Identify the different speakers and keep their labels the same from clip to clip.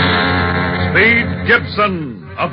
Speaker 1: Steve Gibson of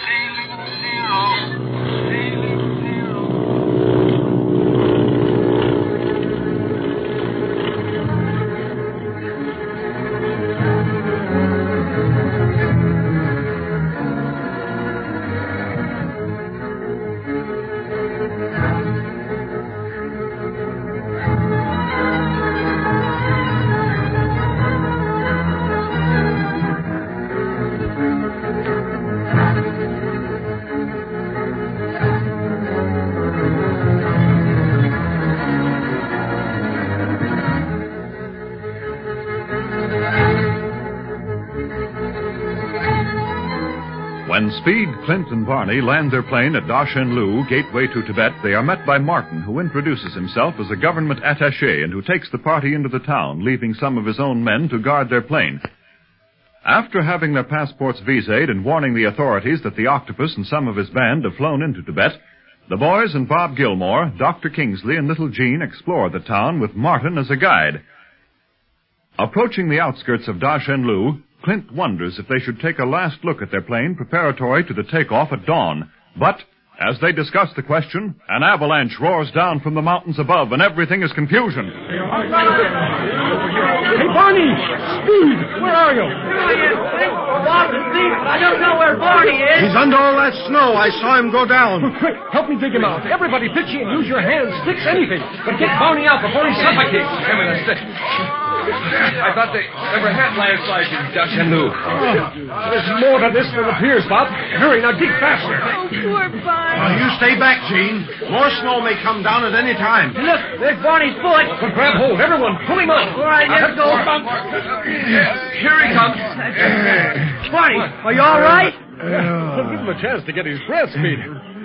Speaker 2: Ceiling zero. Ceiling zero.
Speaker 1: When Speed, Clint, and Barney land their plane at Dashin Lu, gateway to Tibet, they are met by Martin, who introduces himself as a government attaché and who takes the party into the town, leaving some of his own men to guard their plane. After having their passports visaed and warning the authorities that the octopus and some of his band have flown into Tibet, the boys and Bob Gilmore, Dr. Kingsley, and Little Jean explore the town with Martin as a guide. Approaching the outskirts of Dashenlu, Clint wonders if they should take a last look at their plane preparatory to the takeoff at dawn. But, as they discuss the question, an avalanche roars down from the mountains above and everything is confusion.
Speaker 3: Hey, Barney! Speed! Where are you? I don't know where Barney is.
Speaker 4: He's under all that snow. I saw him go down.
Speaker 3: Quick, help me dig him out. Everybody pitch in. Use your hands, sticks, anything. But get Barney out before he suffocates.
Speaker 5: Come in and sit. I thought they never had landslides in Dutch and Lou.
Speaker 3: There's more to this than appears, Bob. Hurry, now dig faster.
Speaker 6: Poor
Speaker 4: Now, you stay back, Gene. More snow may come down at any time.
Speaker 3: Look, there's Barney's foot. But grab hold, everyone. Pull him up. All right, let's go.
Speaker 5: Here he comes.
Speaker 3: Barney, are you all right? give him a chance to get his breath, Speed.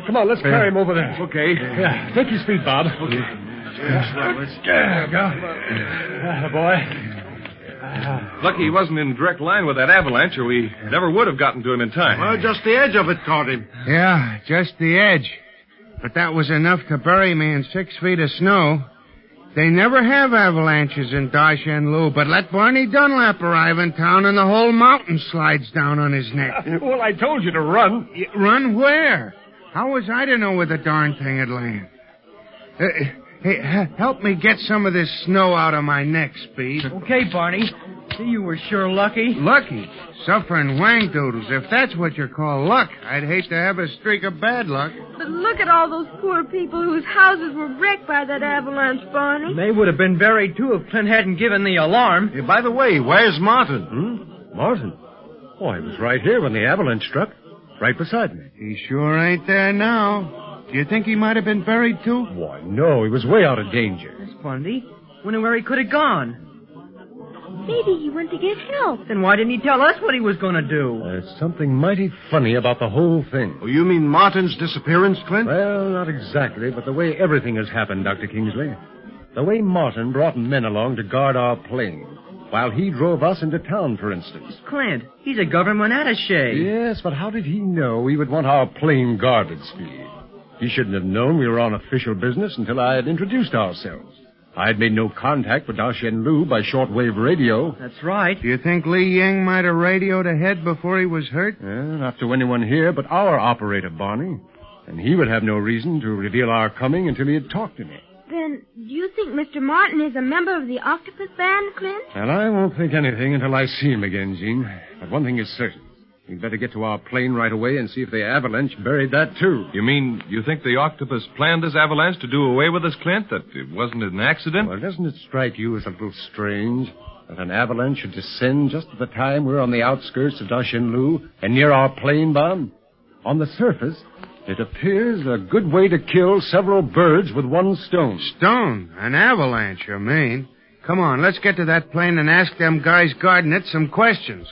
Speaker 3: Come on, let's carry him over there. Okay. Yeah, take your speed, Bob. Okay. There we go. Ah, boy.
Speaker 5: Lucky he wasn't in direct line with that avalanche, or we never would have gotten to him in time.
Speaker 4: Well, just the edge of it caught him.
Speaker 7: Yeah, Ah, just the edge. But that was enough to bury me in six feet of snow. They never have avalanches in Dashenlu, but let Barney Dunlap arrive in town and the whole mountain slides down on his neck.
Speaker 3: Well, I told you to run.
Speaker 7: Y- Run where? How was I to know where the darn thing had landed? Uh, hey, h- help me get some of this snow out of my neck, Speed.
Speaker 8: Okay, Barney. See, you were sure lucky.
Speaker 7: Lucky. Suffering wang doodles. If that's what you call luck, I'd hate to have a streak of bad luck.
Speaker 9: But look at all those poor people whose houses were wrecked by that avalanche, Barney.
Speaker 8: They would have been buried, too, if Clint hadn't given the alarm.
Speaker 4: Hey, by the way, where's Martin?
Speaker 3: Hmm? Martin? Oh, I was right here when the avalanche struck. Right beside me.
Speaker 7: He sure ain't there now. Do you think he might have been buried too?
Speaker 3: Why, no, he was way out of danger.
Speaker 8: That's Bundy. Wonder where he could have gone.
Speaker 9: Maybe he went to get help.
Speaker 8: Then why didn't he tell us what he was going to do?
Speaker 3: There's something mighty funny about the whole thing.
Speaker 4: Oh, you mean Martin's disappearance, Clint?
Speaker 3: Well, not exactly, but the way everything has happened, Dr. Kingsley. The way Martin brought men along to guard our plane, while he drove us into town, for instance.
Speaker 8: Clint, he's a government attaché.
Speaker 3: Yes, but how did he know we would want our plane guarded, Speed? He shouldn't have known we were on official business until I had introduced ourselves.
Speaker 10: I had made no contact with Darshan Lu by shortwave radio.
Speaker 11: That's right.
Speaker 12: Do you think Li Yang might have radioed ahead before he was hurt?
Speaker 10: Yeah, not to anyone here but our operator, Barney. And he would have no reason to reveal our coming until he had talked to me.
Speaker 3: Then, do you think Mr. Martin is a member of the Octopus Band, Clint?
Speaker 10: And I won't think anything until I see him again, Jean. But one thing is certain. We'd better get to our plane right away and see if the avalanche buried that, too.
Speaker 13: You mean you think the octopus planned this avalanche to do away with us, Clint? That it wasn't an accident?
Speaker 10: Well, doesn't it strike you as a little strange that an avalanche should descend just at the time we're on the outskirts of Dashinlu and near our plane bomb? On the surface, it appears a good way to kill several birds with one stone.
Speaker 12: Stone? An avalanche, you mean? Come on, let's get to that plane and ask them guys guarding it some questions.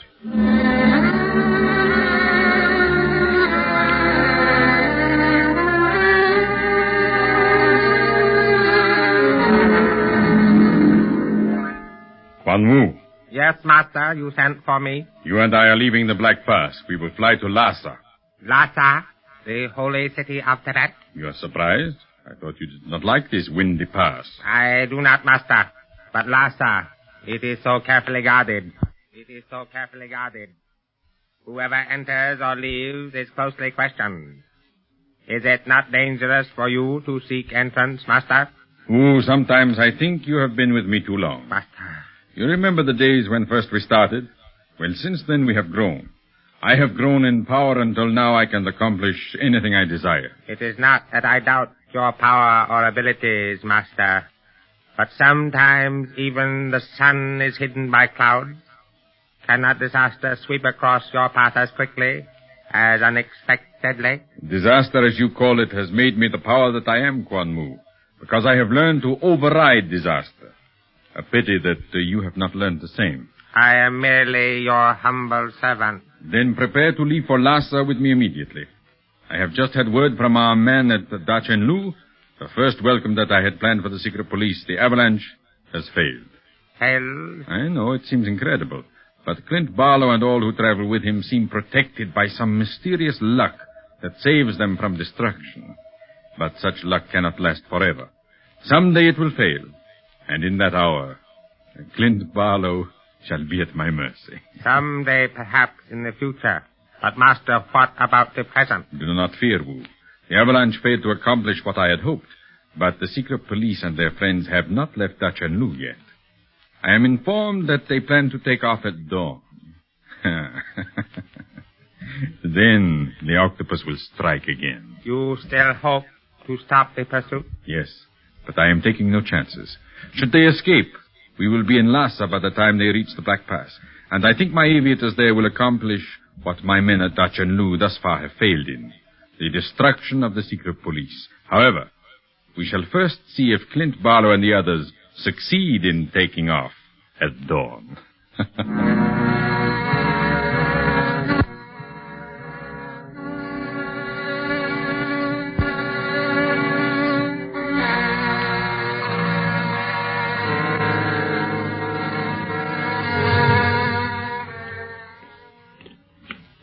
Speaker 1: Quan Wu,
Speaker 7: Yes, master, you sent for me.
Speaker 1: you and I are leaving the Black Pass. We will fly to Lhasa.
Speaker 7: Lhasa, the holy city of Tibet.
Speaker 1: You are surprised? I thought you did not like this windy pass.
Speaker 7: I do not, master. But Lhasa, it is so carefully guarded. It is so carefully guarded. Whoever enters or leaves is closely questioned. Is it not dangerous for you to seek entrance, master?
Speaker 1: Oh, sometimes I think you have been with me too long.
Speaker 7: Master.
Speaker 1: You remember the days when first we started? Well, since then we have grown. I have grown in power until now I can accomplish anything I desire.
Speaker 7: It is not that I doubt your power or abilities, master. But sometimes even the sun is hidden by clouds. Cannot disaster sweep across your path as quickly, as unexpectedly?
Speaker 1: Disaster, as you call it, has made me the power that I am, Quan Mu, because I have learned to override disaster. A pity that uh, you have not learned the same.
Speaker 7: I am merely your humble servant.
Speaker 1: Then prepare to leave for Lhasa with me immediately. I have just had word from our man at the Dachenlu. The first welcome that I had planned for the secret police, the avalanche, has failed.
Speaker 7: Hell,
Speaker 1: I know it seems incredible, but Clint Barlow and all who travel with him seem protected by some mysterious luck that saves them from destruction. But such luck cannot last forever. Someday it will fail, and in that hour, Clint Barlow shall be at my mercy.
Speaker 7: someday perhaps in the future. But master, what about the present?
Speaker 1: Do not fear, Wu. The avalanche failed to accomplish what I had hoped, but the secret police and their friends have not left Dachan Lu yet. I am informed that they plan to take off at dawn. then the octopus will strike again.
Speaker 7: You still hope to stop the pursuit?
Speaker 1: Yes, but I am taking no chances. Should they escape, we will be in Lhasa by the time they reach the Black Pass, and I think my aviators there will accomplish what my men at Dachan Lu thus far have failed in the destruction of the secret police. However, we shall first see if Clint Barlow and the others succeed in taking off at dawn.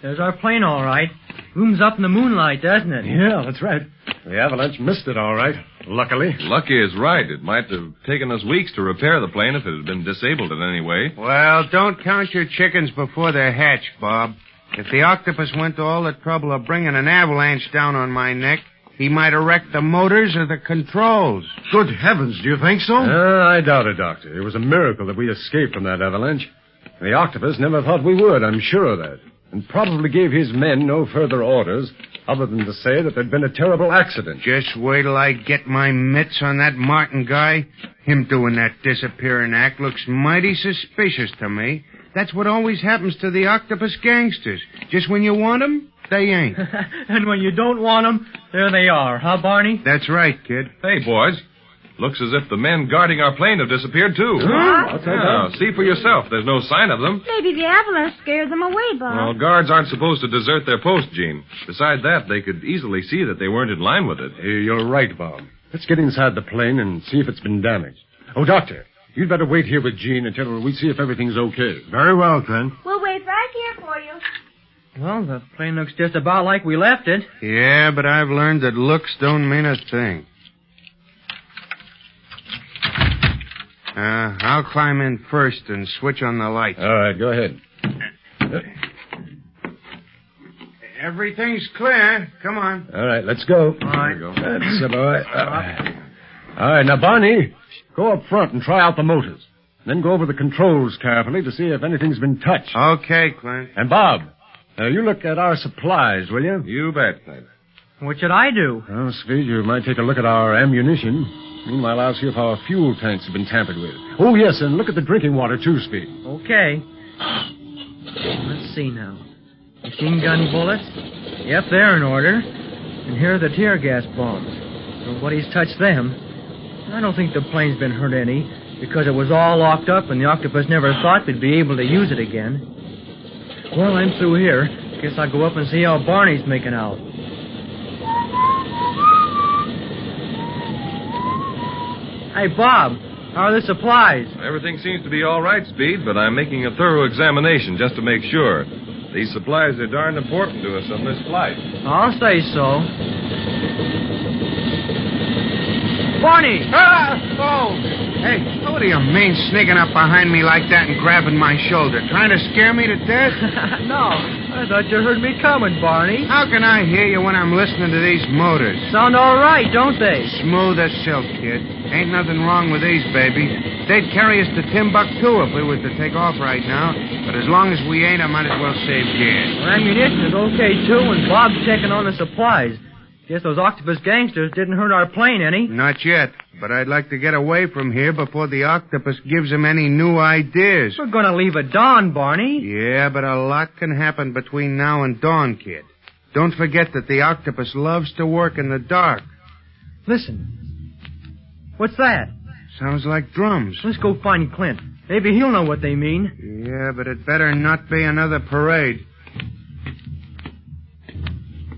Speaker 11: There's our plane, all right. Looms up in the moonlight, doesn't it?
Speaker 13: Yeah, that's right.
Speaker 10: The avalanche missed it, all right. Luckily.
Speaker 13: Lucky is right. It might have taken us weeks to repair the plane if it had been disabled in any way.
Speaker 12: Well, don't count your chickens before they're hatched, Bob. If the octopus went to all the trouble of bringing an avalanche down on my neck, he might have wrecked the motors or the controls.
Speaker 10: Good heavens, do you think
Speaker 7: Oh.
Speaker 10: so? Uh, I doubt it, Doctor. It was a miracle that we escaped from that avalanche. The octopus never thought we would, I'm sure of that. And probably gave his men no further orders other than to say that there'd been a terrible accident.
Speaker 12: Just wait till I get my mitts on that Martin guy. Him doing that disappearing act looks mighty suspicious to me. That's what always happens to the octopus gangsters. Just when you want 'em, they ain't.
Speaker 11: And when you don't want 'em, there they are, huh, Barney?
Speaker 12: That's right, kid.
Speaker 13: Hey, boys. Looks as if the men guarding our plane have disappeared, too.
Speaker 3: Huh?
Speaker 13: Yeah, see for yourself. There's no sign of them.
Speaker 3: Maybe the avalanche scared them away,
Speaker 13: Well,
Speaker 3: Bob.
Speaker 13: guards aren't supposed to desert their post, Gene. Besides that, they could easily see that they weren't in line with it.
Speaker 10: You're right, Bob. Let's get inside the plane and see if it's been damaged. Oh, Doctor, you'd better wait here with Jean until we see if everything's okay. Very well, Clint.
Speaker 3: We'll wait right here for you.
Speaker 11: Well, the plane looks just about like we left it.
Speaker 12: Yeah, but I've learned that looks don't mean a thing.
Speaker 7: Uh, I'll climb in first and switch on the lights.
Speaker 10: Uh.
Speaker 1: All right, go ahead. Uh,
Speaker 7: Everything's clear. Come on.
Speaker 1: All right, let's go. All right. That's a boy. all right, now, Barney, go up front and try out the motors. Then go over the controls carefully to see if anything's been touched.
Speaker 13: Uh-huh.
Speaker 7: Okay, Clint.
Speaker 1: And Bob, uh, you look at our supplies, will you? You bet, Clint.
Speaker 3: What should I do?
Speaker 1: Well, Speed, you might take a look at our ammunition. Meanwhile, I'll see if our fuel tanks have been tampered with. Oh, yes, and look at the drinking water, too, Speed.
Speaker 3: Okay. Let's see now. Machine gun bullets. Yep, they're in order. And here are the tear gas bombs. Nobody's touched them. I don't think the plane's been hurt any, because it was all locked up and the octopus never thought we'd be able to use it again. Well, I'm through here. Guess I'll go up and see how Barney's making out. Hey, Bob, how are the supplies?
Speaker 5: Everything seems to be all right, Speed, but I'm making a thorough examination just to make sure. These supplies are darned important to us on this flight.
Speaker 3: I'll say so. Barney!
Speaker 7: Ah! Oh! Hey, what do you mean sneaking up behind me like that and grabbing my shoulder? Trying to scare me to death?
Speaker 3: no. I thought you heard me coming, Barney.
Speaker 7: How can I hear you when I'm listening to these motors?
Speaker 3: Sound all right, don't they?
Speaker 7: Smooth as silk, kid. Ain't nothing wrong with these, baby. They'd carry us to Timbuktu if we was to take off right now. But as long as we ain't, I might as well save gas.
Speaker 3: Well, ammunition is okay, too, and Bob's checking on the supplies. Guess those octopus gangsters didn't hurt our plane any.
Speaker 7: Not yet, but I'd like to get away from here before the octopus gives him any new ideas.
Speaker 3: We're gonna leave at dawn, Barney.
Speaker 7: Yeah, but a lot can happen between now and dawn, kid. Don't forget that the octopus loves to work in the dark.
Speaker 3: Listen. What's that?
Speaker 7: Sounds like drums.
Speaker 3: Let's go find Clint. Maybe he'll know what they mean.
Speaker 7: Yeah, but it better not be another parade.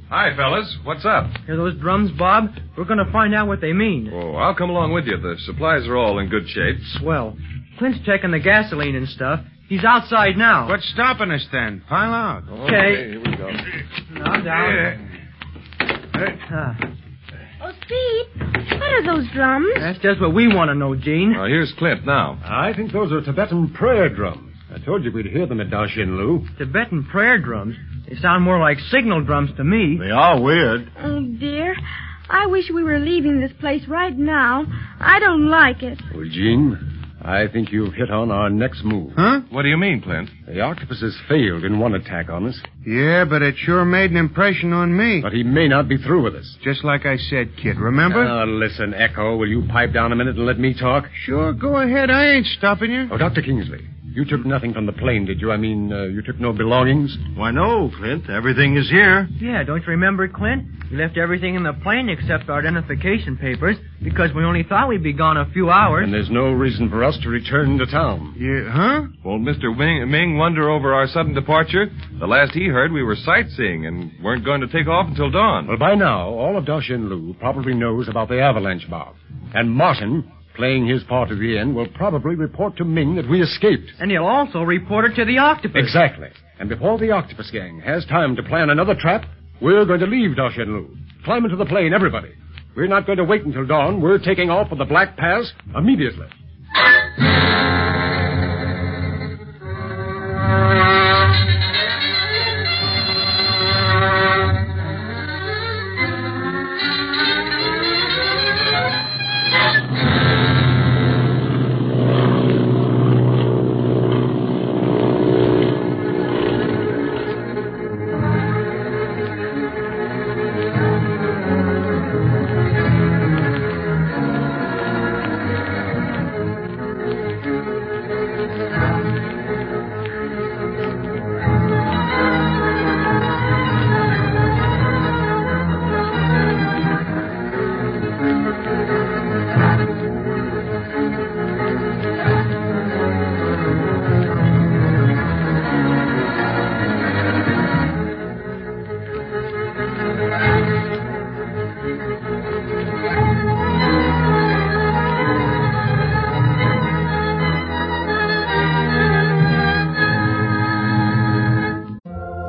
Speaker 5: Hi, fellas. What's up?
Speaker 3: Hear those drums, Bob? We're gonna find out what they mean.
Speaker 5: Oh, I'll come along with you. The supplies are all in good shape.
Speaker 3: Swell. Clint's checking the gasoline and stuff. He's outside now.
Speaker 7: What's stopping us then? Pile out.
Speaker 3: Okay.
Speaker 5: here we go.
Speaker 3: Now down. Ah,
Speaker 9: Oh, Steve, what are those drums?
Speaker 3: that's just what we want to know, Gene.
Speaker 5: Now, here's Clint now.
Speaker 1: I think those are Tibetan prayer drums. I told you we'd hear them at Dashin Lu.
Speaker 3: Tibetan prayer drums. They sound more like signal drums to me.
Speaker 1: They are weird.
Speaker 9: Oh, dear. I wish we were leaving this place right now. I don't like it.
Speaker 1: Well, Gene, I think you've hit on our next move.
Speaker 7: Huh?
Speaker 5: What do you mean, Clint?
Speaker 1: The octopus has failed in one attack on us,
Speaker 7: Yeah, but it sure made an impression on me.
Speaker 1: but he may not be through with us.
Speaker 7: Just like I said, kid, remember?
Speaker 4: Uh,
Speaker 1: Now, listen, Echo, will you pipe down a minute and let me talk?
Speaker 7: sure, go ahead. I ain't stopping you.
Speaker 1: Oh, Dr. Kingsley, you took nothing from the plane, did you? I mean, uh, you took no belongings?
Speaker 4: Why, no, Clint. Everything is here.
Speaker 3: Yeah, don't you remember, Clint? We left everything in the plane except our identification papers because we only thought we'd be gone a few hours.
Speaker 1: And there's no reason for us to return to town.
Speaker 7: Yeah, huh?
Speaker 5: Won't Mr. Ming, Ming wonder over our sudden departure? The last he heard, we were sightseeing and weren't going to take off until dawn.
Speaker 1: Well, by now, all of Dashin Lu probably knows about the avalanche bomb. And Martin, playing his part to the end, will probably report to Ming that we escaped.
Speaker 3: And he'll also report it to the octopus.
Speaker 1: Exactly. And before the Octopus Gang has time to plan another trap, we're going to leave Dashin Lu. Climb into the plane, everybody. We're not going to wait until dawn. We're taking off for the Black Pass immediately.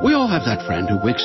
Speaker 10: We all have that friend who wakes